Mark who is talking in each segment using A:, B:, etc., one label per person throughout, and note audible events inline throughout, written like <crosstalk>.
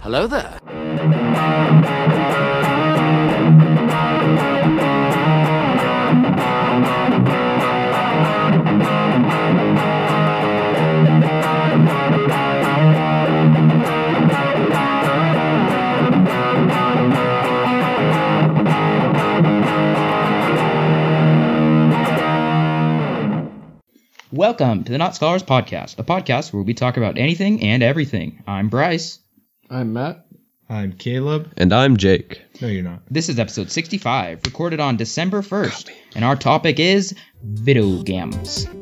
A: Hello there.
B: Welcome to the Not Scholars Podcast, a podcast where we talk about anything and everything. I'm Bryce.
C: I'm Matt.
D: I'm Caleb.
E: And I'm Jake.
D: No, you're not.
B: This is episode 65, recorded on December 1st, and our topic is video games.
F: It's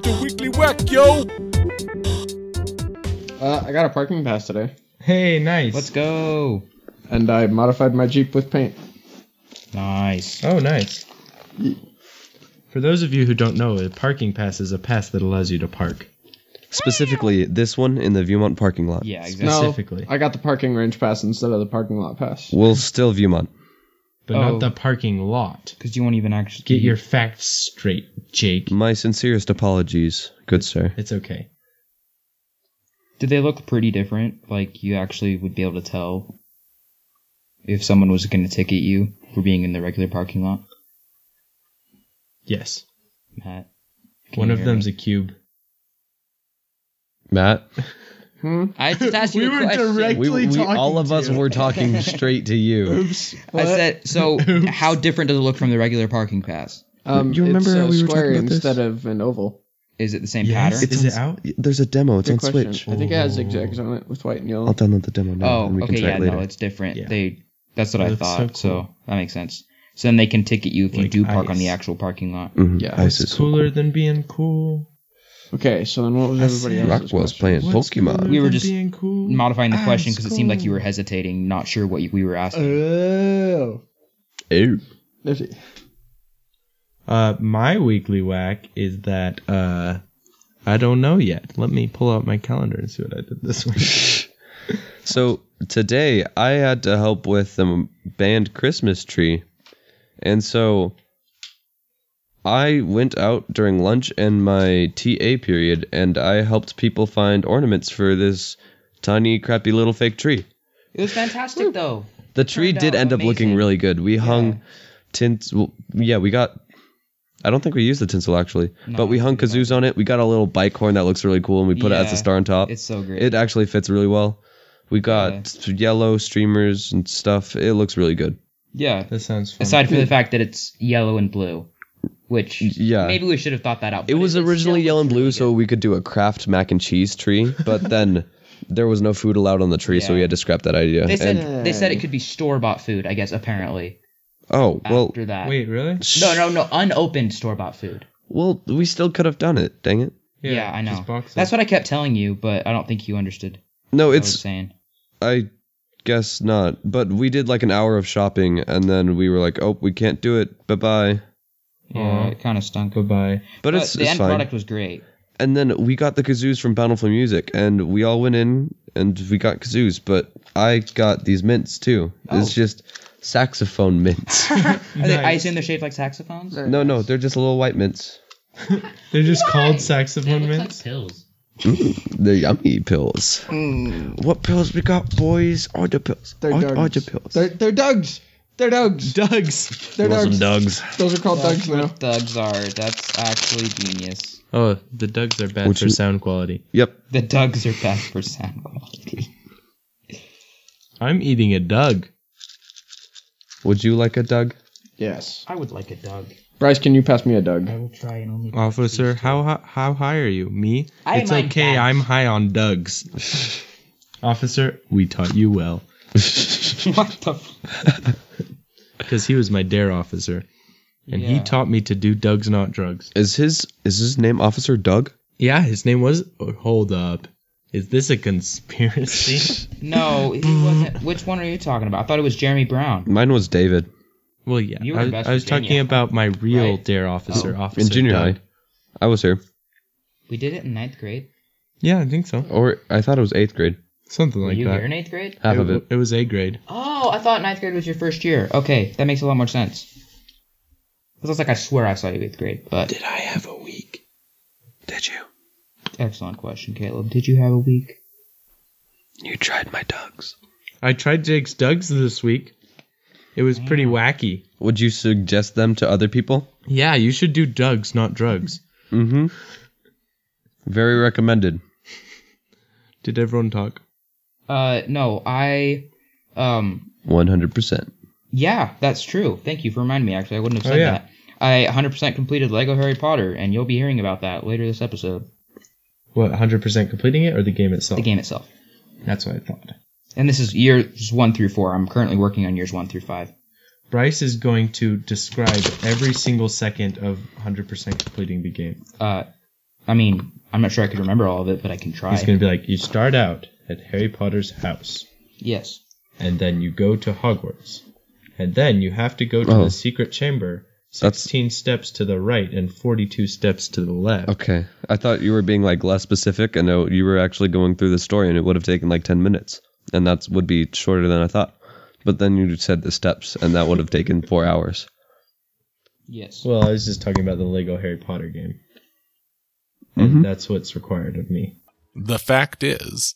F: the weekly whack, yo.
C: Uh, I got a parking pass today,
D: Hey, nice.
B: Let's go.
C: and I modified my Jeep with paint.
B: Nice.
D: Oh, nice. For those of you who don't know, a parking pass is a pass that allows you to park.
E: Specifically, this one in the Viewmont parking lot.
B: Yeah, exactly.
D: Specifically.
C: No, I got the parking range pass instead of the parking lot pass.
E: Well, still Viewmont.
D: But
B: Oh.
D: not the parking lot.
B: Because you won't even actually
E: Mm-hmm.
D: Get your facts straight, Jake.
E: My sincerest apologies, good sir.
D: It's okay.
B: Do they look pretty different? Like you actually would be able to tell if someone was going to ticket you for being in the regular parking lot.
D: Yes.
B: Matt, can
D: One
B: you
D: of
B: hear
D: them's a cube.
E: Matt,
C: Hmm?
B: me? I just asked you
D: <laughs> We
B: a
D: were
B: question.
D: direct-
E: we,
D: Actually
E: we
D: talking
E: all of
D: to
E: us
D: you. <laughs>
E: were talking straight to you.
C: Oops.
B: I said so. How different does it look from the regular parking pass?
C: Um,
E: You remember
C: it's a
E: how we were
C: square
E: talking about this?
C: instead of an oval.
B: Is it the same
D: Yes.
B: pattern?
D: Is it out?
E: There's a demo. It's
C: Good
E: on
C: question.
E: Switch.
C: I think it has zigzags on it with white and
E: I'll
C: yellow.
E: download the demo now, and
B: Oh,
E: we
B: okay,
E: can try
B: yeah,
E: it later.
B: no, it's different.
D: Yeah.
B: They that's what
D: It
B: I
D: looks
B: thought. So,
D: so cool.
B: that makes sense. So then they can ticket you if you
D: Like
B: do park on
D: ice.
B: the actual parking lot.
E: Mhm,
C: Yeah,
D: It's
E: Ice is so cool.
D: cooler than being cool.
C: Okay, so then what was
D: I
C: everybody
D: see.
C: else's?
E: Rock was
C: question?
E: playing
D: What's cooler
E: Pokemon.
B: We were
D: than
B: just
D: being cool.
B: Modifying the
D: Ah,
B: question because it seemed like you were
D: school.
B: hesitating, not sure what you, we were asking.
C: Oh,
E: Ew.
C: nifty.
D: Uh, my weekly whack is that uh, I don't know yet. Let me pull out my calendar and see what I did this week. <laughs>
E: So today I had to help with the band Christmas tree, and so I went out during lunch and my TA period, and I helped people find ornaments for this tiny, crappy little fake tree.
B: It was fantastic though.
E: The tree
B: Turned
E: did
B: out
E: end up looking
B: amazing.
E: really good. We hung tins. Well, yeah, we got. I don't think we used the tinsel actually, but we hung kazoos on it. We got a little bike horn that looks really cool, and we put it as
B: Yeah,
E: a star on top.
B: It's so great.
E: It actually fits really well. We got s- yellow streamers and stuff. It looks really good.
B: yeah.
D: That sounds fun.
B: Aside from the fact that it's yellow and blue, which
E: Yeah.
B: maybe we should have thought that out.
E: It
B: but
E: was
B: it still
E: originally
B: looks
E: yellow and
B: really
E: blue, so
B: good.
E: we could do a craft mac and cheese tree,
B: <laughs>
E: but then there was no food allowed on the tree, so
B: Yeah.
E: we had to scrap that idea.
B: they said
E: And-
B: they said it could be store bought food. I guess apparently
E: oh well,
B: after that.
D: Wait, really?
B: No, no, no, unopened store bought food.
E: well, we still could have done it. Dang it!
B: Yeah, I know.
D: Just boxes.
B: That's what I kept telling you, but I don't think you understood
D: Oh,
E: No,
B: what I was
E: it's
B: saying.
E: I guess not. But we did like an hour of shopping, and then we were like, oh, we can't do it. Bye bye.
B: Yeah,
D: Aw.
B: it kind of stunk. But,
D: Goodbye.
E: it's,
B: the
E: it's
B: end
E: fine.
B: product was great.
E: And then we got the kazoos from Bountiful Music, and we all went in and we got kazoos, but I got these mints too. It's just saxophone mints.
B: Are they, I
D: Nice.
B: assume they're shaped like saxophones.
E: no, no, they're just little white mints.
D: They're just called saxophone mints.
B: pills.
E: They're yummy pills. What pills we got, boys? All the pills.
C: They're
E: all, all the
C: Dougs.
E: pills.
C: They're they're Dugs. They're Dugs.
D: Dugs.
C: They're Dugs.
E: Dugs.
C: Those are called Dugs now.
B: Thugs are. That's actually genius.
D: Oh, the Dugs are bad
E: Would
D: for
E: you-
D: sound quality.
E: Yep.
B: The Dugs are bad for sound quality.
D: I'm eating a Dug.
E: Would you like a <laughs> Doug?
C: Yes.
B: I would like a Doug.
C: Bryce, can you pass me a Dug?
B: will try and only.
D: Officer, how hi- how high are you? Me?
B: I
D: it's
B: am on
D: okay.
B: Dugs.
D: I'm high on Dugs. Officer, we taught you well
B: <laughs> what the? F-
D: because he was my dare officer, and he
B: Yeah.
D: taught me to do Dugs, not drugs.
E: Is his is his name Officer Doug?
D: Yeah, his name was. oh, hold up. Is this a <laughs> conspiracy?
B: no, he wasn't. Which one are you talking about? I thought it was Jeremy Brown.
E: Mine was David.
D: well, yeah.
B: You were
D: I,
B: in
D: was-
B: West
D: I was talking
B: Virginia,
D: about my real
B: right?
D: dare officer, officer
E: In junior
D: Doug.
E: high. I was here.
B: We did it in ninth grade.
D: Yeah, I think so.
E: Or I thought it was eighth grade.
D: Something
B: Were
D: like
B: you
D: that.
B: here in eighth grade?
E: Half of it.
D: It was A grade.
B: Oh, I thought ninth grade was your first year. Okay, that makes a lot more sense. It looks like I swear I saw you eighth grade, but
D: Did I have a week?
E: Did you?
B: excellent question, Caleb. Did you have a week?
E: You tried my ducks.
D: I tried Jake's Dugs this week. It was pretty wacky.
E: Would you suggest them to other people?
D: Yeah, you should do Dugs, not drugs.
E: Mm-hmm. Very recommended.
D: Did everyone talk?
B: Uh, no, I, um,
E: One hundred percent.
B: yeah, that's true. Thank you for reminding me. Actually, I wouldn't have said
D: Oh, yeah.
B: that. I 100% completed Lego Harry Potter, and you'll be hearing about that later this episode.
D: What, 100% completing it or the game itself?
B: The game itself.
D: That's what I thought.
B: And this is years one through four. I'm currently working on years one through five.
D: Bryce is going to describe every single second of 100% completing the game.
B: Uh, I mean, I'm not sure I could remember all of it, but I can try.
D: He's going to be like, you start out at Harry Potter's house,
B: yes.
D: and then you go to Hogwarts, and then you have to go to
E: Oh.
D: the secret chamber,
E: That's-
D: 16 steps to the right and 42 steps to the left.
E: Okay. I thought you were being like less specific, and uh, you were actually going through the story, and it would have taken like ten minutes, and that would be shorter than I thought. But then you said the steps, and that would have taken four hours.
B: Yes.
D: Well, I was just talking about the Lego Harry Potter game.
E: Mhm.
D: And that's what's required of me.
F: The fact is,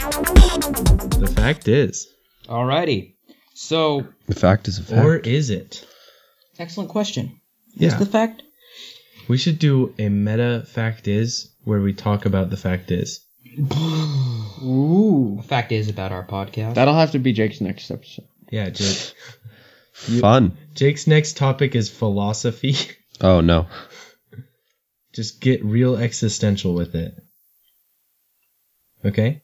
D: The fact is,
B: Alrighty. So,
E: The fact is a fact.
D: or is it?
B: excellent question. Is
D: Yeah.
B: the
D: <sighs>
B: fact?
D: we should do a meta fact is where we talk about the fact is.
C: Ooh.
B: The fact is about our podcast.
C: That'll have to be Jake's next episode.
D: Yeah, Jake.
E: Fun.
D: Jake's next topic is philosophy. <laughs>
E: Oh no.
D: Just get real existential with it. Okay?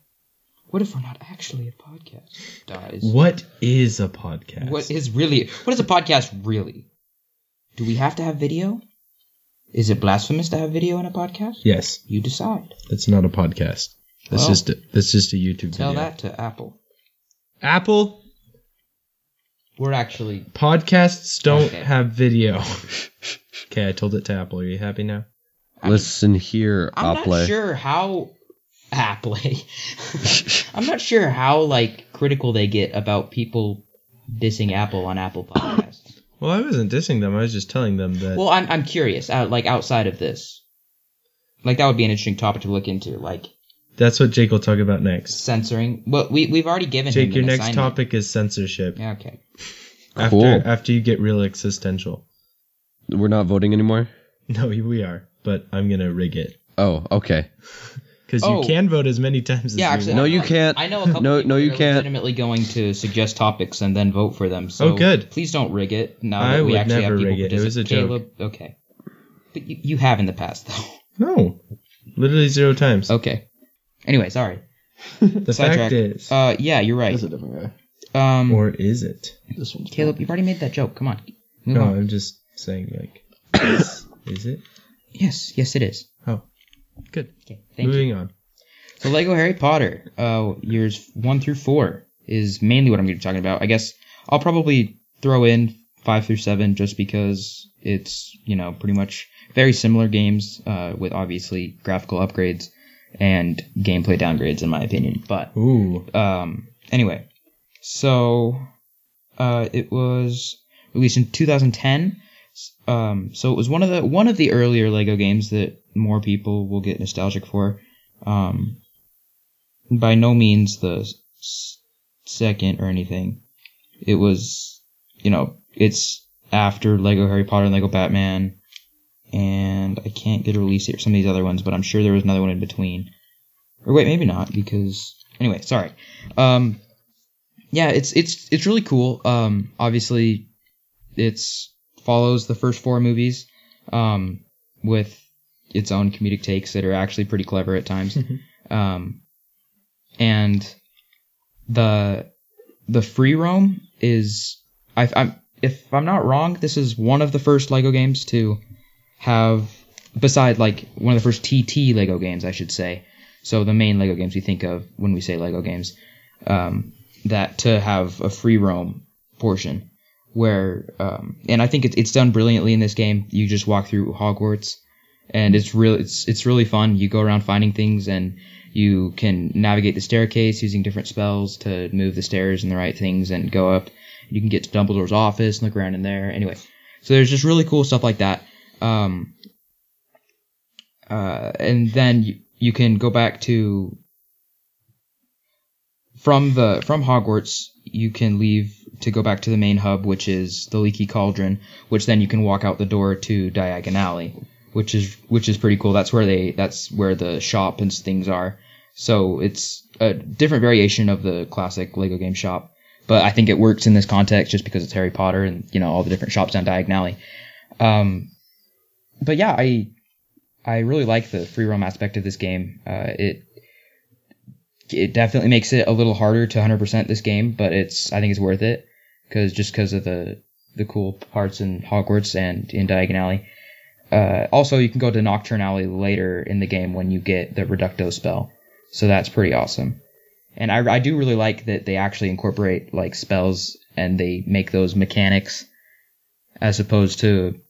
B: what if we're not actually a podcast? Dies.
D: What is a podcast?
B: What is really? What is a podcast really? Do we have to have video? Is it blasphemous to have video in a podcast?
D: Yes,
B: You decide.
D: that's not a podcast. That's
B: Well,
D: just a, that's just a YouTube
B: Tell
D: video.
B: that to Apple.
D: Apple
B: We're actually
D: podcasts don't
B: Okay. <laughs>
D: have video. okay, I told it to Apple. Are you happy now?
B: I-
E: Listen here,
B: I'm
E: Aple.
B: not sure how Appley. <laughs> I'm
D: <laughs>
B: not sure how like critical they get about people dissing Apple on Apple Podcasts.
D: Well, I wasn't dissing them. I was just telling them that
B: well, I'm I'm curious. Out, like outside of this, like that would be an interesting topic to look into. Like
D: that's what Jake will talk about next.
B: censoring. Well, we we've already given
D: Jake,
B: him
D: your
B: an
D: next
B: assignment.
D: topic is censorship.
B: Yeah, okay.
E: Cool.
D: After after you get real existential. <laughs>
E: We're not voting anymore.
D: No, we are, but I'm gonna rig it
E: Oh, okay.
D: because
B: Oh.
D: you can vote as many times.
B: Yeah,
D: as
B: actually,
D: you
E: No,
B: I know-
E: you can't.
B: I know a couple
E: No-
B: people
E: no,
B: that
E: you
B: are
E: can't.
B: legitimately going to suggest topics and then vote for them. So
D: Oh, good.
B: Please don't rig it. Now
D: I
B: that we
D: would
B: actually
D: never
B: have people
D: rig it. It
B: particip-
D: was a joke.
B: Caleb, okay, but you, you have in the past though. <laughs>
D: want. No, literally zero times.
B: Okay. Anyway, sorry.
D: the
B: sidetrack.
D: fact is,
B: Uh, yeah, you're right.
C: That's a different guy.
B: Um,
D: or is it?
C: This one's
B: Caleb, you've already made that joke. Come on. Move
D: No,
B: on.
D: I'm just saying like, <coughs> is, is it?
B: Yes, yes, it is.
D: Oh, good.
B: Okay, thank you.
D: Moving on.
B: So Lego Harry Potter, uh, years one through four is mainly what I'm going to be talking about. I guess I'll probably throw in five through seven just because it's you know pretty much very similar games uh, with obviously graphical upgrades and gameplay downgrades in my opinion. But
D: Ooh,
B: um, anyway, so uh, it was released in 2010. S- Um, so it was one of the one of the earlier Lego games that more people will get nostalgic for. Um, by no means the s- s- second or anything. It was, you know, it's after Lego Harry Potter and Lego Batman, and I can't get a release date for some of these other ones, but I'm sure there was another one in between. Or wait, maybe not because anyway, sorry. Um, yeah, it's it's it's really cool. Um, obviously, it's follows the first four movies, um, with its own comedic takes that are actually pretty clever at times. um, and the the free roam is I, I'm if I'm not wrong, this is one of the first Lego games to have beside like one of the first TT Lego games, I should say. So the main Lego games we think of when we say Lego games, um, that to have a free roam portion where, um, and I think it's it's done brilliantly in this game. You just walk through Hogwarts, and it's real it's it's really fun. You go around finding things, and you can navigate the staircase using different spells to move the stairs and the right things, and go up. You can get to Dumbledore's office and look around in there. Anyway, so there's just really cool stuff like that. Um, uh, and then you, you can go back to from the from Hogwarts. You can leave to go back to the main hub, which is the Leaky Cauldron, which then you can walk out the door to Diagon Alley, which is which is pretty cool. That's where they that's where the shop and things are. So it's a different variation of the classic Lego game shop, but I think it works in this context just because it's Harry Potter and you know all the different shops down Diagon Alley. Um, but yeah, I I really like the free roam aspect of this game. Uh, it it definitely makes it a little harder to 100% this game, but it's I think it's worth it because just because of the the cool parts in Hogwarts and in Diagon Alley. Uh, also, you can go to Nocturne Alley later in the game when you get the Reducto spell, so that's pretty awesome. And I, I do really like that they actually incorporate like spells and they make those mechanics as opposed to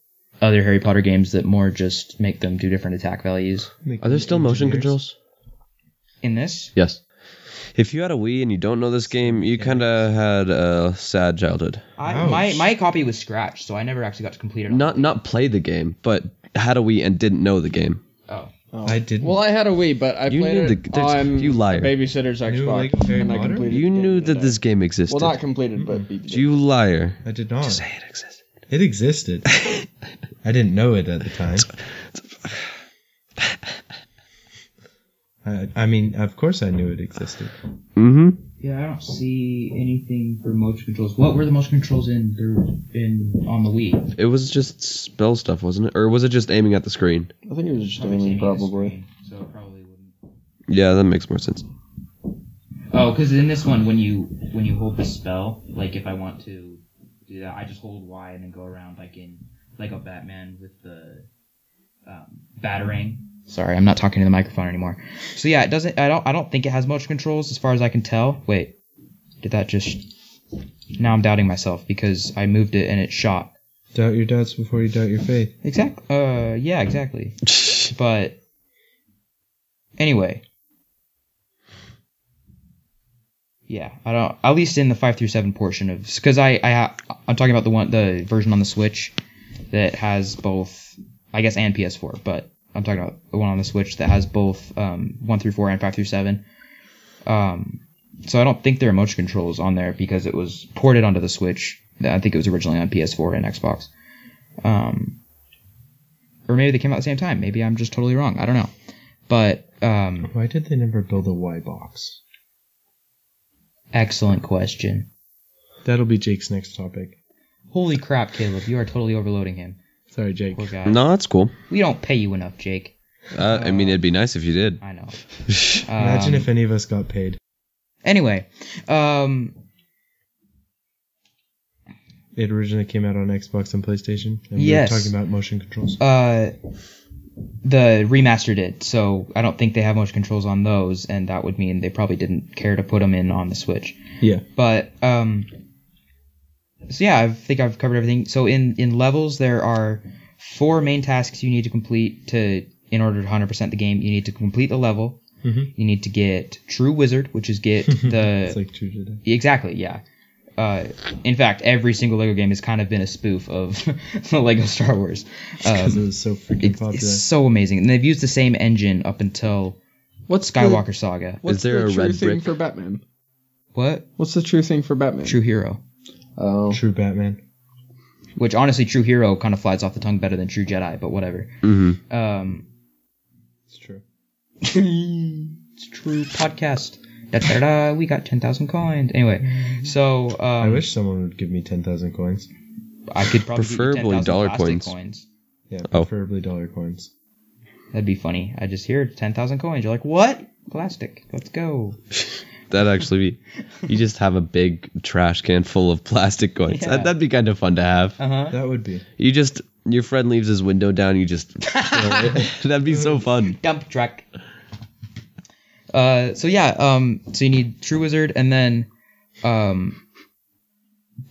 B: other Harry Potter games that more just make them do different attack values.
E: Are there still motion controls?
B: In this,
E: Yes. If you had a Wii and you don't know this game, you kind of had a sad childhood.
B: I,
D: Ouch.
B: my my copy was scratched, so I never actually got to complete it.
E: Not not played the game, but had a Wii and didn't know the game.
B: Oh,
D: I didn't.
C: Well, I had a Wii, but I
E: You
C: played
E: knew
C: it
E: the- there's-
C: on
E: you liar.
C: a babysitter's Xbox,
D: Lego Harry
C: and I
D: Potter?
C: completed.
E: You
C: the
E: knew
C: game
E: that
C: today.
E: this game existed.
C: Well, not completed, but beat it.
E: you liar.
D: I did not.
E: Just say it existed.
D: It
E: <laughs>
D: existed. I didn't know it at the time. I, I mean, of course I knew it existed.
E: Mm-hmm.
B: yeah, I don't see anything for motion controls. What were the motion controls in the, in on the Wii?
E: It was just spell stuff, wasn't it? Or was it just aiming at the screen?
C: I think it was just aiming, probably.
B: So it probably wouldn't.
E: Yeah, that makes more sense.
B: Oh, because in this one, when you when you hold the spell, like if I want to do that, I just hold Y and then go around like in like a Batman with the um, battering. Sorry, I'm not talking to the microphone anymore. So yeah, it doesn't. I don't. I don't think it has motion controls as far as I can tell. Wait, did that just? Now I'm doubting myself because I moved it and it shot.
D: Doubt your doubts before you doubt your faith.
B: Exactly. Uh, yeah, exactly. But anyway, yeah, I don't. At least in the five through seven portion of, because I, I, ha- I'm talking about the one, the version on the Switch that has both, I guess, and PS4. But I'm talking about the one on the Switch that has both um, one through four and five through seven. Um, so I don't think there are motion controls on there because it was ported onto the Switch. I think it was originally on PS4 and Xbox. Um, or maybe they came out at the same time. Maybe I'm just totally wrong. I don't know. But um,
D: Why did they never build a Y box?
B: excellent question.
D: That'll be Jake's next topic.
B: Holy crap, Caleb! You are totally overloading him.
D: Sorry, Jake.
B: Poor guy.
E: No, that's cool.
B: We don't pay you enough, Jake.
E: Uh, I mean, it'd be nice if you did. <laughs> Mm-hmm.
B: I know.
D: Imagine
B: Um,
D: if any of us got paid.
B: Anyway, um,
D: It originally came out on Xbox and PlayStation. And
B: Yes.
D: We were talking about motion controls.
B: uh, the remaster did. So I don't think they have much controls on those, and that would mean they probably didn't care to put them in on the Switch.
D: yeah.
B: but um so yeah i think i've covered everything so in in levels there are four main tasks you need to complete to in order to 100% the game you need to complete the level
D: Mhm.
B: you need to get true wizard which is
D: <laughs>
B: get <laughs> the um,
D: It's like true today. <laughs>
B: exactly yeah uh, in fact every single lego game has kind of been a spoof of <laughs> the lego star wars
D: Because
B: um,
D: it was so freaking
B: it's,
D: popular.
B: it's so amazing and they've used the same engine up until
C: What's the-
B: skywalker saga
C: what's
E: there
C: the
E: a
C: true
E: red
C: thing
E: brick?
C: for Batman?
B: what
C: What's the true thing for Batman?
B: true hero
C: Oh,
D: True Batman.
B: which honestly true hero kind of flies off the tongue better than true jedi but whatever
E: Mm-hmm.
B: um <laughs>
D: It's true.
B: it's true podcast da, da, da, we got 10000 coins anyway so um,
D: I wish someone would give me 10,000 coins.
B: i could probably get you
E: Preferably
B: 10,000
E: dollar
B: plastic
E: coins.
D: Yeah,
E: Oh.
D: preferably dollar coins.
B: that'd be funny i just hear 10000 coins you're like what plastic let's go
E: That actually be. You just have a big trash can full of plastic coins.
B: Yeah.
E: That, that'd be kind of fun to have.
B: uh-huh
D: That
B: <laughs>
D: would be.
E: You just your friend leaves his window down. You just <laughs> throw it.
B: <laughs>
E: that'd be so fun.
B: dump truck uh so yeah um so you need true wizard and then um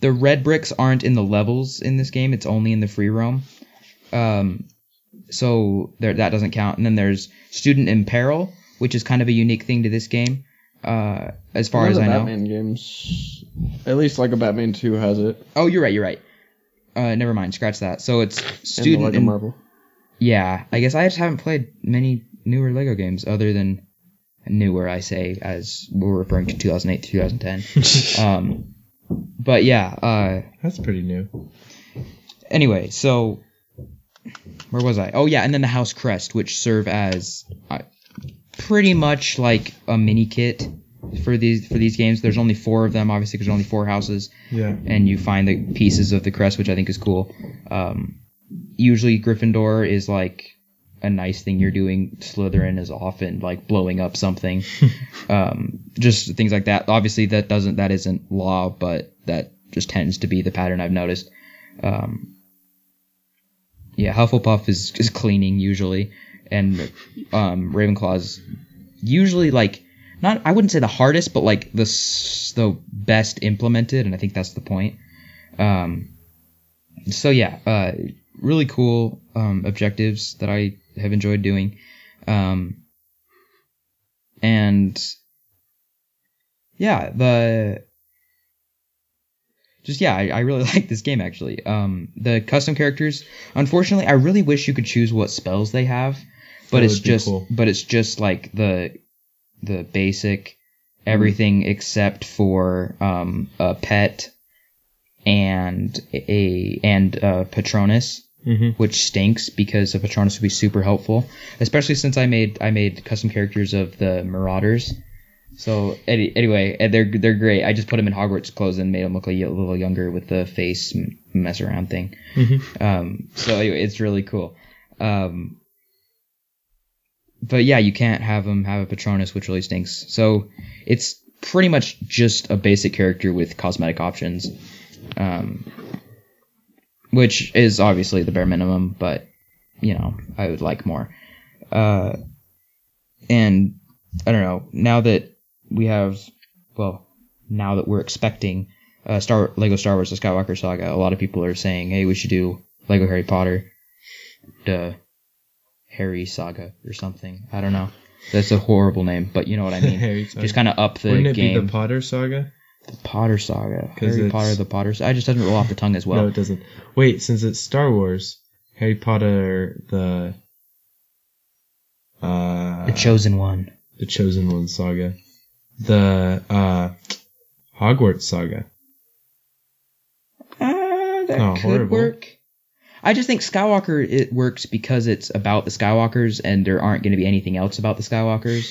B: the red bricks aren't in the levels in this game. It's only in the free roam. Um, so there, that doesn't count. And then there's student in peril, which is kind of a unique thing to this game, uh, as far
C: One of
B: as
C: the
B: I know.
C: Batman games, at least like a Batman Two has it.
B: Oh, you're right. You're right. Uh, never mind. Scratch that. So it's
C: And the
B: student
C: Lego
B: in,
C: Marvel.
B: yeah, I guess I just haven't played many newer Lego games other than newer. I say as we're referring to 2008 to 2010. um, but yeah. Uh,
D: That's pretty new.
B: anyway, so where was I? Oh yeah, and then the house crest, which serve as uh, pretty much like a mini kit for these for these games. There's only four of them, obviously, because there's only four houses,
D: Yeah.
B: and you find the pieces of the crest, which I think is cool. Um, usually, Gryffindor is like a nice thing you're doing. Slytherin is often like blowing up something, um, just things like that. Obviously, that doesn't that isn't law, but that just tends to be the pattern I've noticed. Um, yeah, Hufflepuff is, is cleaning usually, and um, Ravenclaw's usually like not I wouldn't say the hardest, but like the s- the best implemented, and I think that's the point. Um, so yeah, uh, really cool um, objectives that I have enjoyed doing, um, and yeah, the just yeah, I, I really <laughs> like this game actually. Um, the custom characters, unfortunately, I really wish you could choose what spells they have, but
D: That
B: it's
D: would be
B: just
D: cool.
B: but it's just like the the basic everything except for um, a pet and a and uh, Patronus,
D: Mhm.
B: which stinks because a Patronus would be super helpful, especially since I made I made custom characters of the Marauders. So any, anyway, and they're they're great. I just put them in Hogwarts clothes and made them look a ye- little younger with the face m- mess around thing. Um, so anyway, it's really cool. Um, but yeah, you can't have them have a Patronus, which really stinks. So it's pretty much just a basic character with cosmetic options, um, which is obviously the bare minimum. But you know, I would like more. Uh, and I don't know. Now that we have, well, now that we're expecting uh, Star Lego Star Wars: The Skywalker Saga, a lot of people are saying, "Hey, we should do Lego Harry Potter, the Harry Saga or something." I don't know. That's a horrible name, but you know what I mean.
D: <laughs> Harry Potter.
B: Just kind of up the
D: Wouldn't it
B: game.
D: be the Potter saga?
B: Potter Saga,
D: 'Cause
B: Harry
D: it's-
B: Potter, the Potter. Sa- I just doesn't roll off the tongue as well.
D: no, it doesn't. Wait, since it's Star Wars, Harry Potter, the uh,
B: the Chosen One.
D: the Chosen One saga, the uh, Hogwarts saga.
B: Ah, that
D: Oh,
B: could
D: horrible.
B: work. I just think Skywalker it works because it's about the Skywalkers, and there aren't going to be anything else about the Skywalkers.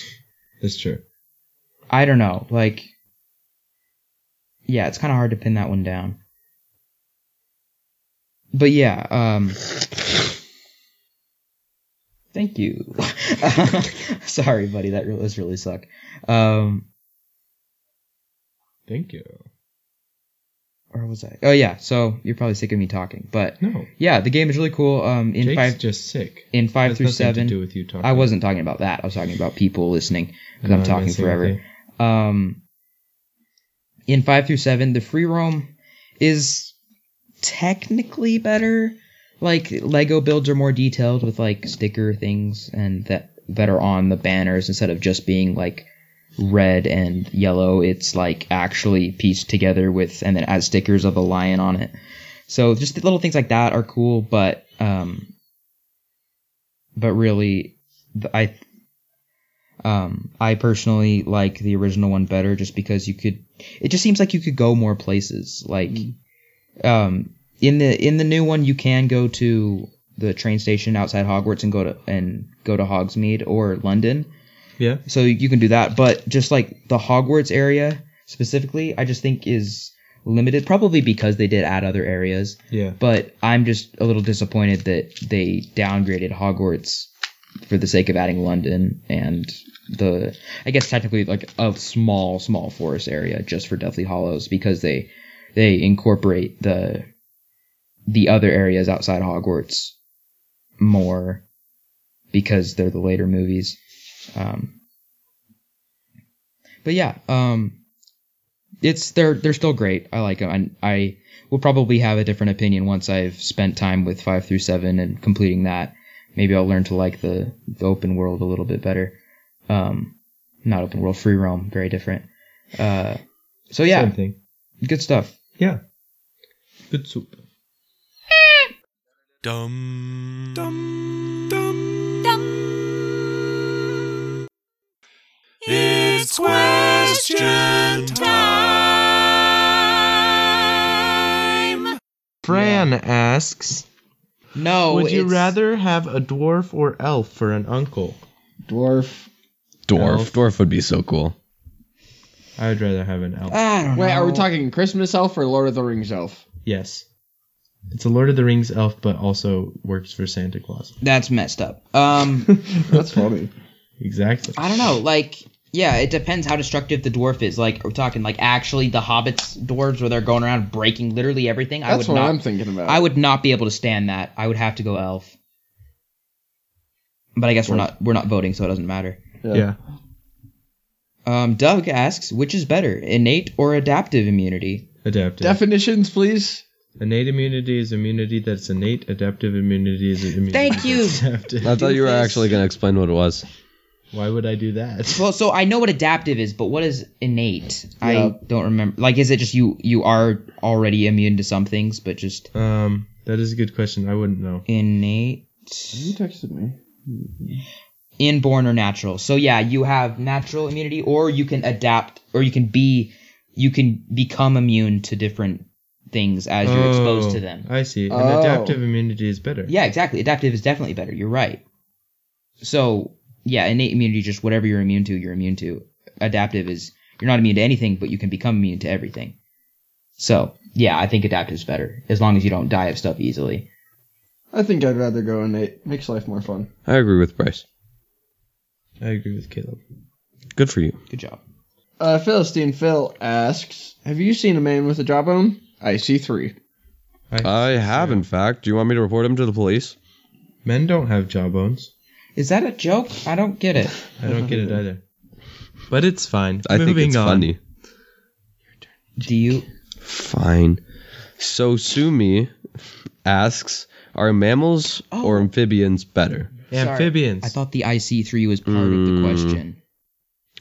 D: That's true.
B: I don't know. Like, yeah, it's kind of hard to pin that one down. But yeah, um, thank you. <laughs> Sorry, buddy. That really, those really suck. Um,
D: Thank you.
B: where was I? Oh yeah. So you're probably sick of me talking, but
D: No,
B: yeah, the game is really cool. Um, in
D: Jake's
B: five,
D: just sick.
B: in five
D: Has
B: through
D: nothing
B: seven.
D: To do with you talking.
B: I wasn't talking about that. I was talking about people listening because
D: No,
B: I'm
D: I
B: talking
D: messing
B: forever.
D: with you.
B: Um, in five through seven, the free roam is technically better. Like Lego builds are more detailed with like sticker things and that that are on the banners instead of just being like red and yellow. It's like actually pieced together with and then add stickers of a lion on it. So just the little things like that are cool, but um, but really, th- I um, I personally like the original one better just because you could. It just seems like you could go more places. Like, um, in the in the new one, you can go to the train station outside Hogwarts and go to and go to Hogsmeade or London.
D: Yeah.
B: So you can do that, but just like the Hogwarts area specifically, I just think is limited, probably because they did add other areas.
D: Yeah.
B: But I'm just a little disappointed that they downgraded Hogwarts for the sake of adding London and the I guess technically like a small small forest area just for Deathly Hollows because they they incorporate the the other areas outside Hogwarts more because they're the later movies. Um, but yeah, um, it's they're they're still great. I like them. I, I will probably have a different opinion once I've spent time with five through seven and completing that. Maybe I'll learn to like the, the open world a little bit better. Um, not open world, free roam, very different. Uh, so yeah,
D: Same thing.
B: good stuff.
D: Yeah. Good soup.
F: Dum. Dum. Dum. It's question time.
D: Fran asks,
B: No.
D: would you
B: it's-
D: rather have a dwarf or elf for an uncle?
C: Dwarf.
E: Dwarf.
D: Elf.
E: Dwarf would be so cool.
D: I would rather have an elf.
B: I don't
C: Wait,
B: know.
C: are we talking Christmas elf or Lord of the Rings elf?
D: yes. It's a Lord of the Rings elf, but also works for Santa Claus.
B: That's messed up. Um.
C: <laughs> That's funny.
D: Exactly.
B: I don't know. Like, yeah, it depends how destructive the dwarf is. Like, we're talking like actually the hobbits dwarves where they're going around breaking literally everything. I
C: That's
B: would
C: what
B: not.
C: I'm thinking about.
B: I would not be able to stand that. I would have to go elf. But I guess we're not we're not voting, so it doesn't matter.
D: Yeah.
B: Um, Doug asks, which is better, innate or adaptive immunity?
D: Adaptive.
C: Definitions, please.
D: innate immunity is immunity that's innate. Adaptive immunity is immunity
B: Thank you.
D: that's adaptive.
E: I thought you were actually going to explain what it was.
D: Why would I do that?
B: Well, so I know what adaptive is, but what is innate?
C: Yeah.
B: I don't remember. Like, is it just you you are already immune to some things, but just
D: Um, that is a good question. I wouldn't know.
B: innate?
C: You texted me.
B: inborn or natural. So yeah, you have natural immunity or you can adapt or you can be you can become immune to different things as you're exposed
D: Oh,
B: to them.
D: I see. And
C: Oh.
D: adaptive immunity is better.
B: Yeah, exactly. Adaptive is definitely better. You're right. So, yeah, innate immunity just whatever you're immune to, you're immune to. Adaptive is you're not immune to anything, but you can become immune to everything. So, yeah, I think adaptive is better as long as you don't die of stuff easily.
C: I think I'd rather go innate. Makes life more fun.
E: I agree with Bryce.
D: I agree with Caleb.
E: Good for you.
B: Good job.
C: Uh, Philistine Phil asks, "Have you seen a man with a jawbone?" I see three.
D: Uh.
E: I have, in fact. Do you want me to report him to the police?
D: Men don't have jawbones.
B: Is that a joke? I don't get it.
D: I
B: <laughs>
D: don't get it either. But it's fine.
E: I think
D: Moving
E: it's
D: on.
E: funny.
B: Do you
E: Fine. So Sumi asks, are mammals
B: Oh.
E: or amphibians better?
B: Sorry.
D: Amphibians.
B: I thought the IC3 was part of the question.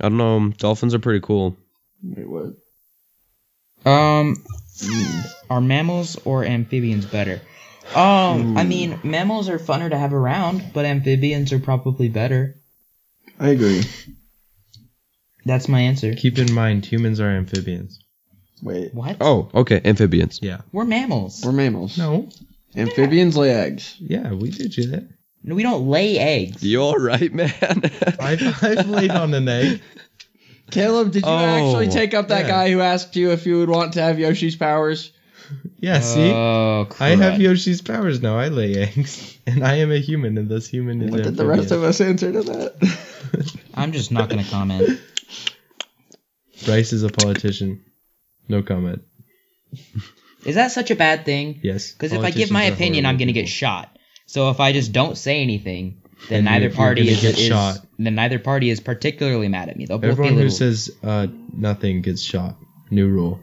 E: I don't know. Dolphins are pretty cool.
C: Wait, what?
B: Um, are mammals or amphibians better? Um, I
D: Hmm.
B: mean, mammals are funner to have around, but amphibians are probably better.
C: I agree.
B: That's my answer.
D: Keep in mind, humans are amphibians.
C: Wait,
B: What?
E: Oh, okay. Amphibians.
D: Yeah.
B: We're mammals.
C: we're mammals.
D: No.
C: Amphibians lay eggs.
D: Yeah, we did do that.
B: No, we don't lay eggs.
E: You all right,
B: <laughs>
E: man?
D: I've, I've laid on an egg.
C: Caleb, did you actually
E: Oh,
C: take up that
D: yeah.
C: guy who asked you if you would want to have Yoshi's powers?
D: Yeah, see?
B: Oh,
D: I have
B: crud.
D: Yoshi's powers now. I lay eggs. <laughs> And I am a human, and this human is
C: What
D: amphibian.
C: did the rest of us answer to that?
B: I'm just not gonna comment.
D: Bryce is a politician. No comment.
B: Is that such a bad thing?
D: Yes.
B: Because if I give my opinion, I'm gonna get shot. So if I just don't say anything, then
D: Then
B: neither
D: you're- you're
B: party
D: gonna
B: is,
D: get
B: is-
D: shot.
B: then neither party is particularly mad at me. They'll both
D: Everyone
B: be a
D: who
B: little.
D: says uh, nothing gets shot. New rule.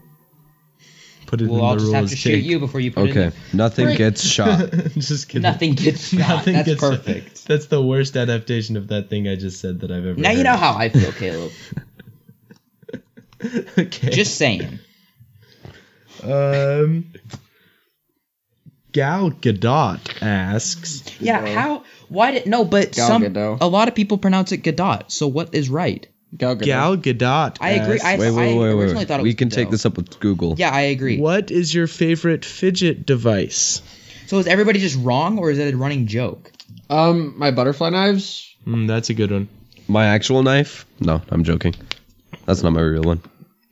D: Put it
B: we'll
D: in
B: all
D: the
B: just
D: rules.
B: have to shoot
D: Jake.
B: <laughs> you before you put it in
E: <laughs> okay. Nothing gets
B: <laughs>
E: shot.
D: <laughs> just kidding.
B: Nothing
D: <laughs>
B: gets shot. That's
D: shot.
B: perfect.
D: <laughs> That's the worst adaptation of that thing I just said that I've ever.
B: Now you
D: heard.
B: know how I feel, Caleb.
D: <laughs> okay.
B: Just saying.
D: um. Gal Gadot asks.
B: Yeah, how? Why did no? But
C: Gal
B: some
C: Gadot.
B: a lot of people pronounce it Gadot. So what is right?
C: Gal Gadot.
D: Gal Gadot.
B: I agree.
D: asks,
B: I,
E: Wait, wait,
B: I
E: wait,
B: originally
E: wait.
B: thought
E: wait.
B: it
E: We
B: was
E: can take
B: Gadot.
E: this up with Google.
B: Yeah, I agree.
D: what is your favorite fidget device?
B: So is everybody just wrong, or is it a running joke?
C: Um, my butterfly knives.
D: Mm, that's a good one.
E: My actual knife? No, I'm joking. That's not my real one.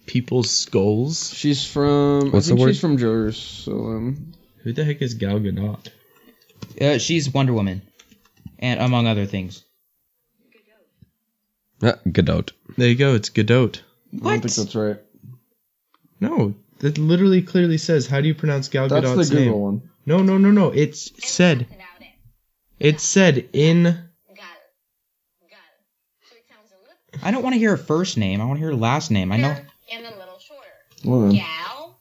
D: People's skulls.
C: She's from. I
E: What's
C: think
E: the word?
C: She's from Jerusalem.
D: Who the heck is Gal Gadot?
B: Uh, she's Wonder Woman, and among other things.
E: Ah, Godot.
D: There you go. It's Gadot.
C: I don't
B: What?
C: think that's right.
D: No, that literally clearly says. How do you pronounce Gal
C: That's
D: Gadot's
C: the Google
D: name?
C: one.
D: No, no, no, no. It's said. It said in.
B: I don't want to hear her first name. I want to hear her last name. I know.
A: And a little shorter.
C: Well, then.
A: Gal.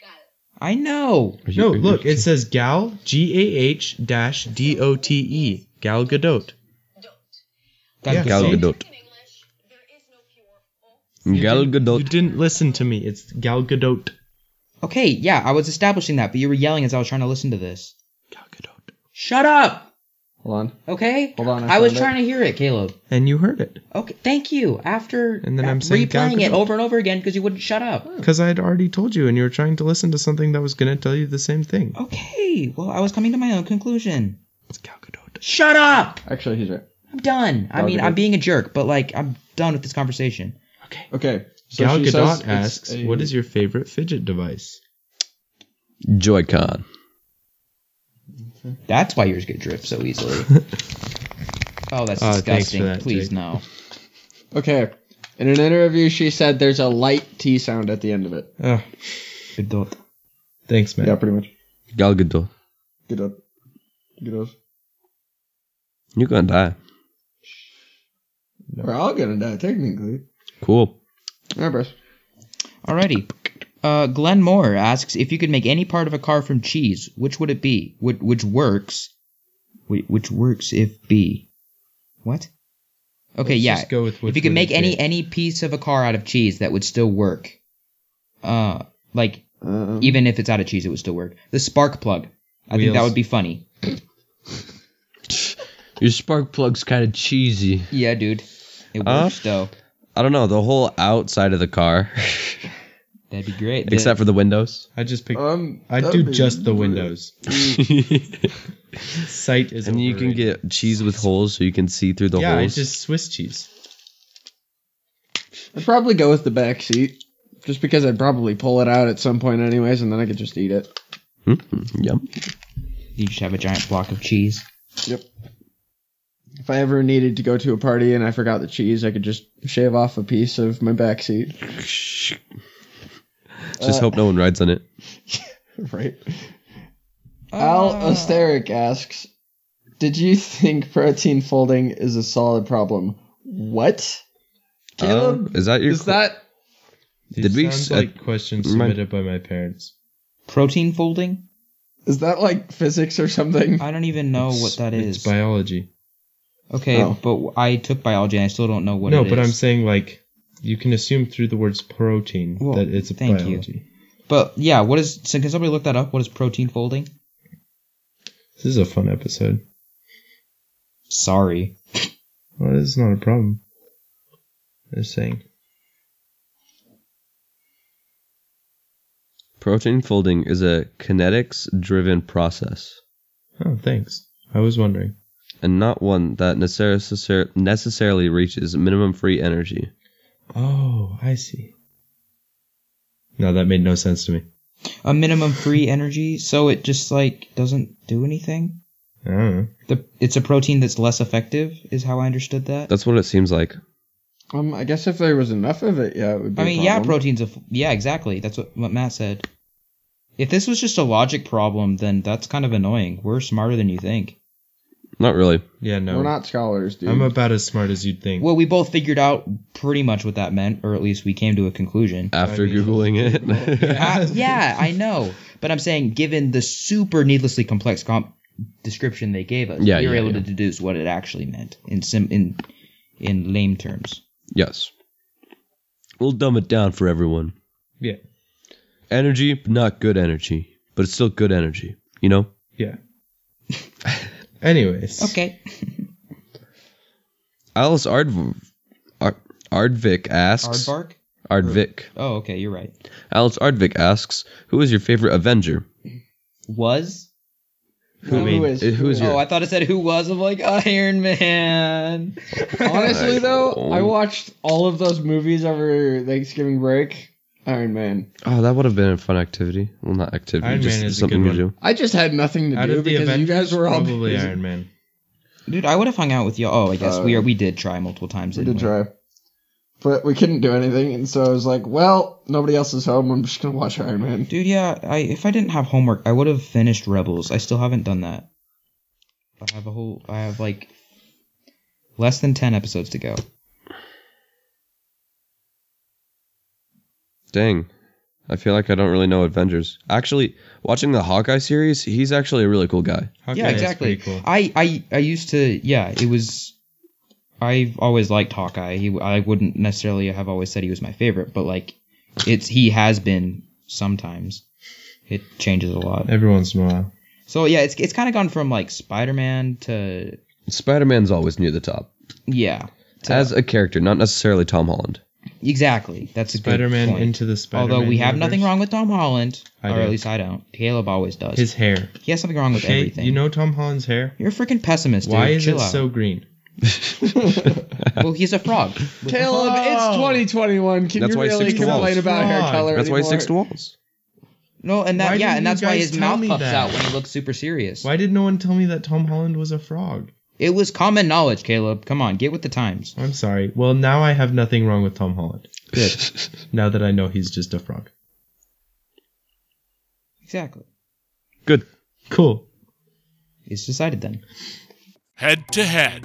A: Got it.
B: I know.
D: No, look. It says Gal G A H dash D O T E Gal Gadot.
B: Gal
D: Yeah.
E: Gal
B: Gadot.
E: Gadot.
A: In English, there is no pure or
E: Gal
D: You
E: Gadot.
D: didn't listen to me. It's Gal Gadot.
B: Okay, yeah, I was establishing that, but you were yelling as I was trying to listen to this.
D: Gal Gadot.
B: Shut up.
C: Hold on.
B: Okay.
C: Hold on, I
B: I, was
C: found it.
B: trying to hear it, Caleb.
D: And you heard it.
B: Okay. Thank you. After
D: And then
B: uh,
D: I'm saying Gal
B: replaying it
D: Gadot.
B: over and over again because you wouldn't shut up.
D: Because I had Hmm. already told you, and you were trying to listen to something that was going to tell you the same thing.
B: Okay. Well, I was coming to my own conclusion.
D: It's Gal Gadot.
B: Shut up.
C: Actually, he's right.
B: I'm done. I
C: Gal
B: mean,
C: Gadot.
B: I'm being a jerk, but like, I'm done with this conversation.
C: Okay. So
D: Gal
C: she says
D: Gadot
C: it's
D: asks,
C: a-
D: "What is your favorite fidget device?"
E: Joy-Con.
B: That's why yours get dripped so easily. oh, that's
D: Oh, thanks
B: disgusting.
D: for that,
B: Please
D: Jake.
B: no.
C: Okay. In an interview, she said there's a light T sound at the end of it.
D: Ugh.
B: Gadot.
D: Thanks, man.
C: Yeah, pretty much.
E: Gal Gadot.
C: Get up. Get up.
E: You're gonna die.
C: We're all gonna die, technically.
E: Cool.
C: Alright, Bryce.
B: Alrighty. Uh, Glenn Moore asks if you could make any part of a car from cheese, which would it be? Which, which works? whi- Which works if B? What? Okay,
D: Let's
B: yeah.
D: just go with
B: if
D: which
B: you could
D: would
B: make
D: it
B: any
D: be.
B: any piece of a car out of cheese, that would still work. Uh, like
C: Um,
B: even if it's out of cheese, it would still work. The spark plug. I think that
D: Wheels.
B: would be funny.
E: Your spark plug's kind of cheesy.
B: Yeah, dude. It
E: Uh,
B: works though.
E: I don't know the whole outside of the car, <laughs>
B: That'd be great. The-
E: except for the windows.
D: <laughs> I just picked.
C: um,
D: I
C: that'd
D: do
C: be
D: just the
C: great. <laughs>
D: windows.
E: and
D: Sight is.
E: you can
D: overrated.
E: get cheese with holes, so you can see through the
D: Yeah, I
E: holes.
D: just Swiss cheese.
C: I'd probably go with the back seat. Just because I'd probably pull it out at some point anyways, and then I could just eat it.
E: Mm, yum.
B: you just have a giant block of cheese.
C: If I ever needed to go to a party and I forgot the cheese, I could just shave off a piece of my back seat. <laughs>
E: Just
C: Uh,
E: hope no one rides on it.
C: Right. Al
B: Mm. Uh,
C: Asteric asks, "Did you think protein folding is a solid problem?" What? Caleb,
E: Uh, is that your?
C: is that
D: These
E: Did we
D: sounds
E: s-
D: like questions
E: my-
D: submitted by my parents?
B: Protein folding?
C: is that like physics or something?
B: I don't even know what that is.
D: It's biology.
B: Okay,
C: Oh.
B: but w- I took biology and I still don't know what
D: no,
B: it
D: but I'm
B: is.
D: saying like you can assume through the words protein
B: Well,
D: that it's a
B: thank you.
D: biology.
B: But yeah, what is? So can somebody look that up? What is protein folding?
D: This is a fun episode.
B: Sorry.
D: Well, this is not a problem. I'm just saying.
E: Protein folding is a kinetics-driven process,
D: Oh, thanks. I was wondering.
E: and not one that necessar- necessarily reaches minimum free energy.
D: Oh, I see. No, that made no sense to me.
B: A minimum free energy, so it just like doesn't do anything.
D: I don't know.
B: The it's a protein that's less effective, is how I understood that.
E: That's what it seems like.
C: Um, I guess if there was enough of it, yeah, it would be.
B: I
C: a
B: mean, yeah,
C: problem.
B: proteins. A f- yeah, exactly. That's what, what Matt said. If this was just a logic problem, then that's kind of annoying. We're smarter than you think.
E: Not really.
D: Yeah, no.
C: We're not scholars, dude.
D: I'm about as smart as you'd think.
B: Well, we both figured out pretty much what that meant, or at least we came to a conclusion.
E: After
D: I mean-
E: googling it,
D: <laughs>
E: <laughs>
B: Uh, yeah, <laughs> I know. But I'm saying, given the super needlessly complex comp description they gave us,
E: Yeah,
B: we were
E: yeah,
B: able to
E: yeah.
B: deduce what it actually meant in sim in in lame terms.
E: yes, we'll dumb it down for everyone.
D: yeah,
E: Energy, but not good energy, but it's still good energy. You know.
D: yeah. Anyways.
B: Okay.
E: Alice Ardv- Ar- Ardvik asks.
B: Aardvark?
E: Ardvik.
B: Oh, okay, you're right.
E: Alice Ardvik asks, "Who is your favorite Avenger?"
B: Was?
C: who
E: made-
C: is?
E: who is your-
B: Oh, I thought it said who was. I'm like <laughs> Iron Man.
C: <laughs> Honestly, though,
E: Oh.
C: I watched all of those movies over Thanksgiving break. Iron Man.
E: Oh, that would have been a fun activity. Well, not activity,
D: Iron
E: just
D: Man is a
E: something
D: good
E: to
D: one.
E: do.
C: I just had nothing to
D: Out
C: do
D: of the
C: because
D: Avengers,
C: you guys were all
D: probably
C: busy.
D: Iron Man.
B: Dude, I would have hung out with you. Oh, I guess we
C: Uh,
B: are. We did try multiple times.
C: We
B: didn't
C: did try. But we couldn't do anything, and so I was like, well, nobody else is home. I'm just going to watch Iron Man.
B: Dude, yeah, I if I didn't have homework, I would have finished Rebels. I still haven't done that. I have a whole I have like less than 10 episodes to go.
E: Dang, I feel like I don't really know Avengers. Actually, watching the Hawkeye series, he's actually a really cool guy.
D: Hawkeye
B: yeah,
D: is
B: exactly.
D: pretty cool.
B: I I I used to yeah, it was I've always liked Hawkeye. He I wouldn't necessarily have always said he was my favorite, but like it's he has been sometimes. It changes a lot.
D: Every once in a while.
B: So yeah, it's it's kind of gone from like Spider-Man to
E: Spider Man's always near the top
B: yeah, to,
E: as a character, not necessarily Tom Holland.
B: exactly. That's a good
D: Spider-Man
B: point.
D: into the Spider-Man.
B: Although we have nothing
D: universe.
B: wrong with Tom Holland,
D: I
B: or at
D: don't.
B: least I don't. Caleb always does.
D: His hair.
B: he has something wrong with
D: Okay,
B: everything.
D: you know Tom Holland's hair.
B: you're a freaking pessimist. Dude.
D: Why is
B: Chill
D: it
B: out.
D: so green?
B: Well, he's a frog.
C: Caleb, it's 2021. Can
E: That's
C: you
E: why he
C: really
E: sticks to walls.
C: complain about hair
D: Fraud.
C: color
E: That's why he
C: anymore?
E: sticks to walls.
B: No, and that
D: Why
B: yeah,
D: didn't
B: and
D: you
B: that's why
D: guys
B: his
D: tell
B: mouth
D: me
B: puffs
D: that?
B: out when he looks super serious.
D: Why did no one tell me that Tom Holland was a frog?
B: It was common knowledge, Caleb. Come on, get with the times.
D: I'm sorry. Well, now I have nothing wrong with Tom Holland.
B: <laughs> Good.
D: Now that I know he's just a frog.
B: exactly.
E: Good.
D: Cool.
B: It's decided then.
F: Head to head.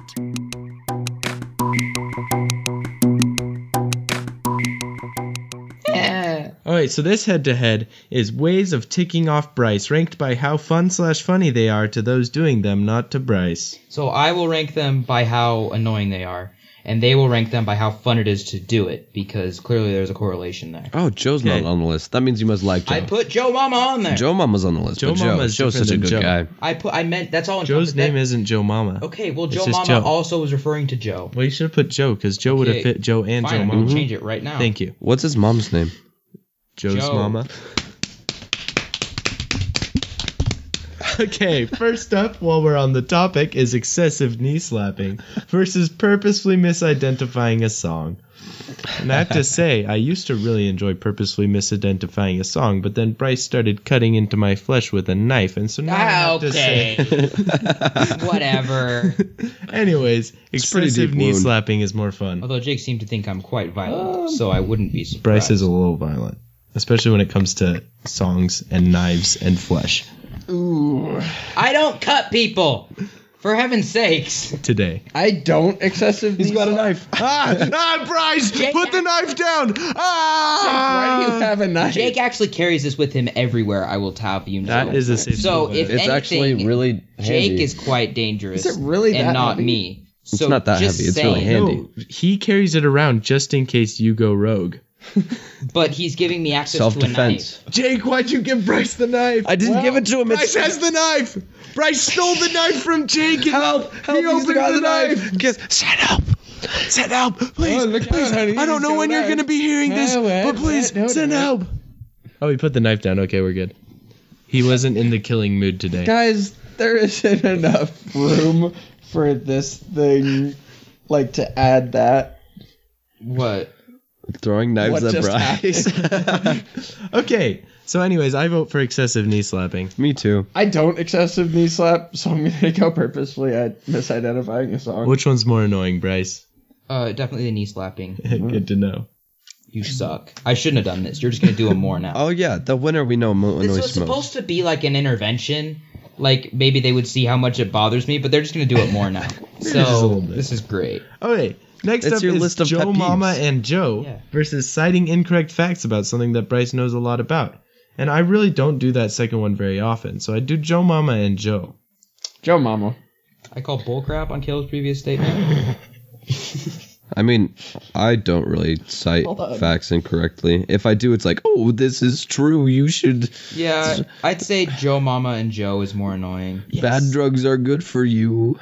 D: All right, so this head to head is ways of ticking off Bryce, ranked by how fun slash funny they are to those doing them, not to Bryce.
B: So I will rank them by how annoying they are, and they will rank them by how fun it is to do it, because clearly there's a correlation there.
E: <laughs> Oh, Joe's
D: Okay.
E: not on the list. That means you must like Joe.
B: I put Joe Mama on there.
E: Joe Mama's on the list.
D: Joe
E: but Joe,
D: Mama's
E: Joe's
D: different
E: such
D: than
E: a good
D: Joe.
E: guy.
B: I put. I meant that's all.
D: Joe's
B: encompassed.
D: name
B: That-
D: isn't Joe Mama.
B: Okay, well,
D: It's
B: Joe
D: just
B: Mama
D: Joe.
B: also was referring to Joe.
D: Well, you should have put Joe because Joe would have
B: Okay.
D: fit Joe and
B: Fine,
D: Joe
B: I'm
D: Mama.
B: gonna change it right now.
D: Thank you,
E: What's his mom's <laughs> name?
D: Joe's
B: Joe.
D: Mama. Okay, first up, while we're on the topic, is excessive knee slapping versus purposefully misidentifying a song. And I have to say, I used to really enjoy purposefully misidentifying a song, but then Bryce started cutting into my flesh with a knife, and so now I
B: Ah,
D: have to
B: okay.
D: say. <laughs>
B: Whatever.
D: Anyways,
E: pretty
D: excessive
E: deep
D: knee
E: wound.
D: slapping is more fun.
B: Although Jake seemed to think I'm quite violent, so I wouldn't be surprised.
D: Bryce is a little violent, especially when it comes to songs and knives and flesh.
C: Ooh,
B: I don't cut people. For heaven's sakes.
D: Today,
C: I don't excessive. He's got a knife.
D: ah, ah, Bryce, put the knife down! Ah,
C: Why do you have a
B: <laughs>
C: knife?
B: Jake actually carries this with him everywhere. I will top you.
D: That
B: That
D: is
B: is
D: a safe
B: so.
D: move, I
B: If
E: It's
B: anything,
E: actually really
B: Jake
E: handy.
B: is quite dangerous.
C: Is it really
B: and
C: that
B: not
C: heavy?
B: me? So
E: not that
B: just
E: heavy, it's really
B: saying.
E: handy.
D: No, he carries it around just in case you go rogue.
B: But he's giving me access
E: self
B: to a knife.
E: defense.
D: Jake, why'd you give Bryce the knife?
E: I didn't give it to him.
D: Bryce
E: It's
D: has the knife. Bryce stole the knife from Jake. And help!
C: help,
D: He
C: he's
D: opened
C: got
D: the
C: the
D: knife.
C: knife.
D: Guess, send help! Send help, please!
C: Oh, look out,
D: please!
C: honey,
D: I don't
C: he's
D: know
C: got
D: when
C: a
D: you're
C: knife.
D: gonna be hearing this,
C: Oh, what?
D: but please
C: What? No,
D: send
C: no.
D: help. Oh, he put the knife down. Okay, we're good. He wasn't in the killing mood today.
C: Guys, there isn't enough room for this thing, like to add that.
B: What?
E: Throwing knives
C: What
E: at
C: just
E: Bryce.
D: Okay, so anyways, I vote for excessive knee slapping.
E: <laughs> Me too.
C: I don't excessive knee slap, so I'm gonna go purposefully at misidentifying a song.
D: Which one's more annoying, Bryce? <laughs>
B: Uh, definitely the knee slapping.
D: good to know.
B: You suck. I shouldn't have done this. You're just gonna do it more now.
E: <laughs> Oh yeah, the winner we know mo-
B: this
E: annoys
B: was
E: most.
B: supposed to be like an intervention. Like maybe they would see how much it bothers me, but they're just gonna do it more now.
D: just a
B: so
D: little bit.
B: this is great.
D: Okay. Next
E: That's
D: up
E: your
D: is
E: list of pet
D: Joe
E: peeves.
D: Mama and Joe
B: Yeah.
D: versus citing incorrect facts about something that Bryce knows a lot about. And I really don't do that second one very often, so I do Joe Mama and Joe.
C: Joe Mama.
B: I call bullcrap on Caleb's previous statement.
E: I mean, I don't really cite facts incorrectly. If I do, it's like, oh, this is true. You should.
B: <laughs> Yeah, I'd say Joe Mama and Joe is more annoying.
E: Bad drugs are good for you.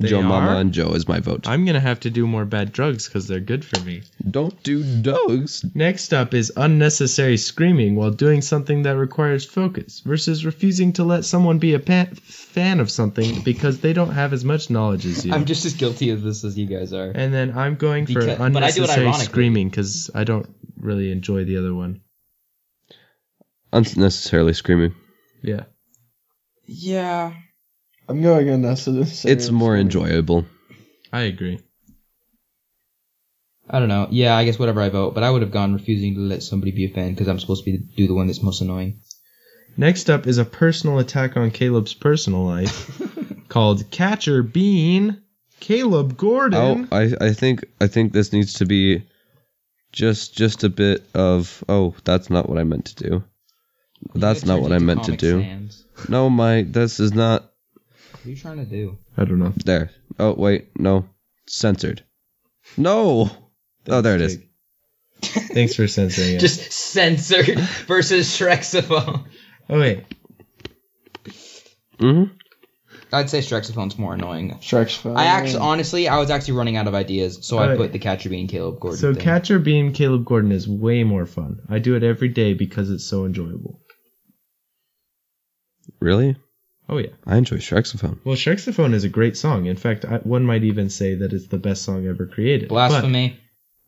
E: Joe
D: are?
E: Mama and Joe is my vote.
D: I'm gonna have to do more bad drugs because they're good for me.
E: Don't do drugs.
D: Next up is unnecessary screaming while doing something that requires focus versus refusing to let someone be a pa- fan of something because they don't have as much knowledge as you.
B: I'm just as guilty of this as you guys are.
D: and then I'm going for
B: Because- but I do it
D: unnecessary
B: ironically.
D: screaming because I don't really enjoy the other one.
E: Unnecessarily screaming.
D: Yeah.
B: Yeah.
C: I'm going on this.
E: It's more enjoyable.
D: I agree.
B: I don't know. Yeah, I guess whatever I vote, but I would have gone refusing to let somebody be a fan because I'm supposed to be do the one that's most annoying.
D: Next up is a personal attack on Caleb's
B: <laughs>
D: personal life called Catcher Bean Caleb
E: Oh,
D: Gordon.
E: I, I think I think this needs to be just just a bit of oh that's not what I meant to do. That's not what I meant to do. No, my this is not
B: What are you trying to do?
D: I don't know.
E: there. Oh wait, no, censored. No. Oh, there it is.
D: Thanks for censoring it.
B: Just <laughs> censored versus Shrexophone.
D: oh wait.
E: hmm
B: I'd say Strexophone's more annoying.
C: Shrek's fine.
B: I actually, honestly, I was actually running out of ideas, so I
D: Alright.
B: put the Catcher Bean Caleb Gordon.
D: So
B: thing.
D: catcher being Caleb Gordon is way more fun. I do it every day because it's so enjoyable.
E: Really?
D: Oh yeah.
E: I enjoy Shrexophone.
D: Well, Shrexophone is a great song. In fact, I, one might even say that it's the best song ever created. But
B: blasphemy,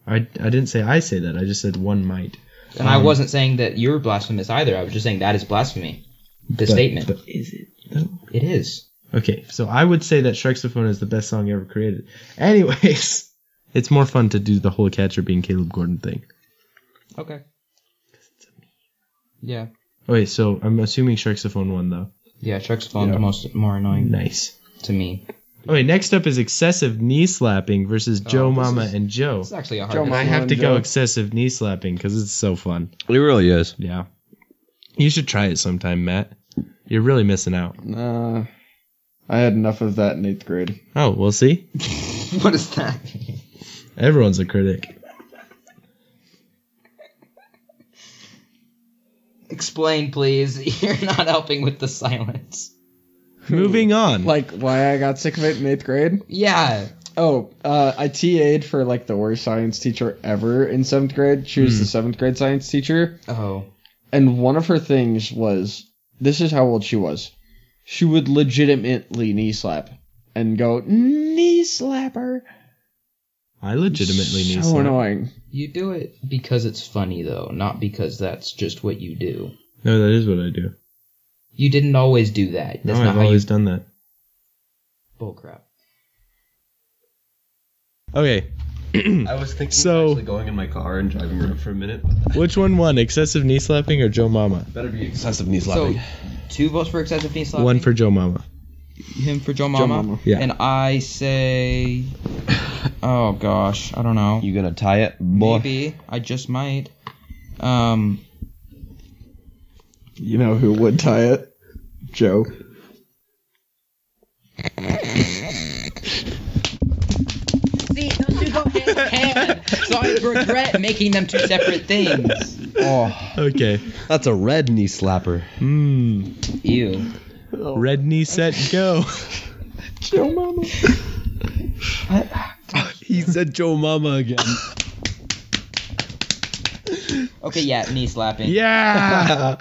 D: I, I didn't say I say that. I just said one might.
B: and
D: Mm-hmm.
B: I wasn't saying that you're blasphemous either. I was just saying that is blasphemy. The
D: But-
B: statement
D: But is it though?
B: it is.
D: Okay, so I would say that Shrexophone is the best song ever created. <laughs> Anyways, it's more fun to do the whole catcher being Caleb Gordon thing.
B: Okay. Yeah,
D: Okay, so I'm assuming Shrexophone won though.
B: yeah. Strexophone's most more annoying
D: Nice.
B: to me.
D: Okay, next up is excessive knee slapping versus Joe
B: Oh, this
D: Mama
B: is-
D: and Joe.
B: It's actually a
C: Joe
B: hard.
D: I
C: Mike.
D: have to go
C: Joe.
D: excessive knee slapping because it's so fun.
E: It really is.
D: Yeah, you should try it sometime, Matt. You're really missing out.
C: Nah. I had enough of that in eighth grade.
D: Oh, we'll see.
B: <laughs> what is that?
D: Everyone's a critic.
B: Explain, please. <laughs> You're not helping with the silence.
D: Moving on.
C: Like why I got sick of it in eighth grade?
B: Yeah.
C: Oh, uh, I TA'd for like the worst science teacher ever in seventh grade. She was the seventh grade science teacher.
B: Oh.
C: and one of her things was this is how old she was. She would legitimately knee slap and go knee slapper.
D: I legitimately knee
C: so
D: slap.
C: annoying.
B: You do it because it's funny, though, not because that's just what you do.
D: No, that is what I do.
B: You didn't always do that. That's
D: no,
B: not
D: I've
B: how you.
D: always done that.
B: Bullcrap.
D: Okay,
E: I was thinking
D: So- of actually
E: going in my car and driving around for a minute.
D: which one won? Excessive knee slapping or Joe Mama?
E: Better be excessive knee
B: So, two votes for excessive knee slapping.
D: One for Joe Mama.
B: him for Joe Mama.
C: Mama.
D: Yeah.
B: And I say, oh gosh, I don't know.
E: you gonna tie it, boy?
B: Maybe I just might. Um,
C: You know who would tie it? Joe.
B: see, those two go hand in hand. So I regret making them two separate things.
E: Oh,
D: Okay.
E: that's a red knee slapper.
C: Hmm.
D: Mmm.
B: Ew.
D: Red knee set go.
C: Joe Mama.
D: he said Joe Mama again.
B: Okay, yeah, knee slapping.
D: Yeah.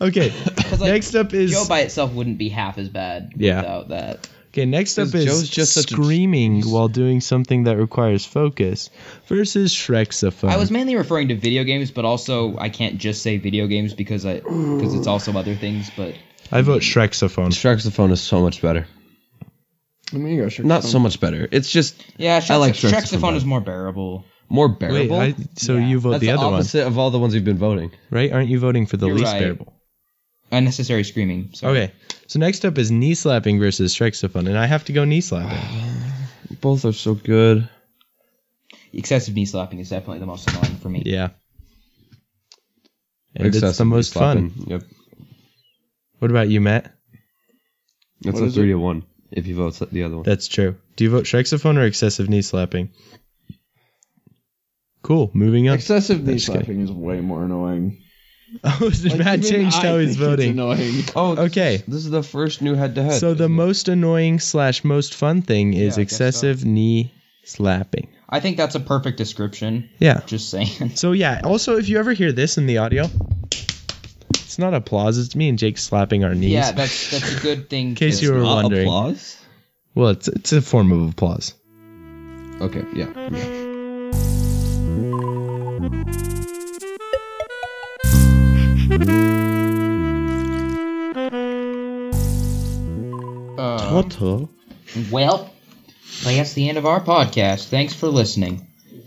D: okay.
B: 'Cause, like,
D: next up is
B: Joe by itself wouldn't be half as bad
D: Yeah.
B: without that.
D: okay. Next up
E: 'Cause
D: is
E: Joe's just such a-
D: screaming while doing something that requires focus versus Shrexophone.
B: I was mainly referring to video games, but also I can't just say video games because I because it's also other things. But
D: I vote Shrexophone.
E: Shrexophone is so much better.
C: Let me go. Sure.
E: Not so much better. It's just
B: yeah, Shrex-
E: I like Shrexophone
B: Shrexophone
E: better.
B: is more bearable.
E: more
D: Wait,
E: bearable.
D: I, so you vote
E: that's
D: the,
E: the,
D: other one,
E: opposite of all the ones we've been voting.
D: right? Aren't you voting for the
B: You're
D: least
B: right.
D: bearable?
B: Unnecessary screaming. Sorry.
D: Okay. So next up is knee slapping versus Shrexophone, and I have to go knee slapping.
E: Both are so good.
B: excessive knee slapping is definitely the most annoying for me.
D: Yeah. And it's the
E: Excessive knee
D: most
E: slapping.
D: fun.
E: Yep.
D: What about you, Matt?
E: That's
C: What
E: a
C: is it?
E: three to one. If you vote the other one,
D: That's true. Do you vote Shrexophone or excessive knee slapping? Cool. Moving on.
C: Excessive knee
D: That's good.
C: slapping is way more annoying.
D: oh, <laughs> Matt
C: even
D: changed
C: I
D: how
C: think
D: he's
C: it's
D: voting.
C: annoying.
E: oh, this
D: Okay.
E: is- This is the first new head-to-head.
D: So the
E: isn't it?
D: most annoying slash most fun thing is
B: Yeah, I guess
D: excessive knee slapping.
B: I think that's a perfect description.
D: Yeah.
B: Just
D: <laughs>
B: saying.
D: So yeah. Also, if you ever hear this in the audio, it's not applause. It's me and Jake slapping our knees.
B: yeah, that's that's a good thing.
D: In case you were
E: Not
D: wondering.
E: applause.
D: <laughs> Well, it's it's a form of applause.
E: Okay. Yeah.
B: Uh, Well, I guess the end of our podcast. Thanks for listening.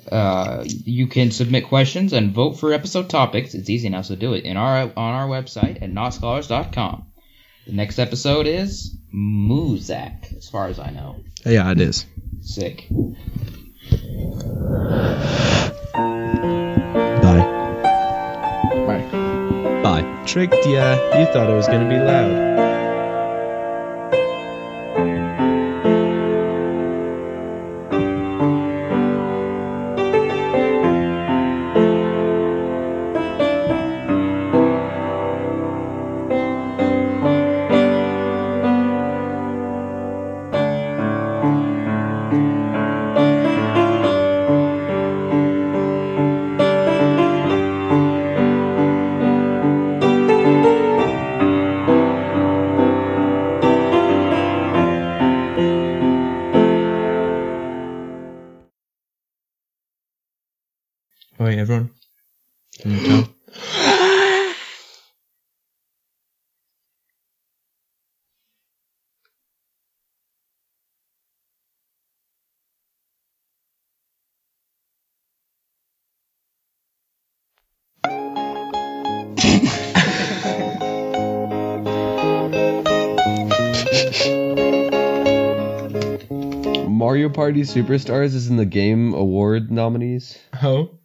B: Uh, you can submit questions and vote for episode topics. It's easy now, so do it in our on our website at notscholars.com. The next episode is Muzak, as far as I know.
D: Yeah, it is.
B: Sick.
E: Bye.
C: Bye.
E: Bye.
D: Tricked ya. You thought it was gonna be loud.
B: Wait, everyone. Can you tell?
E: Mario Party Superstars is in the Game Award nominees.
D: Oh,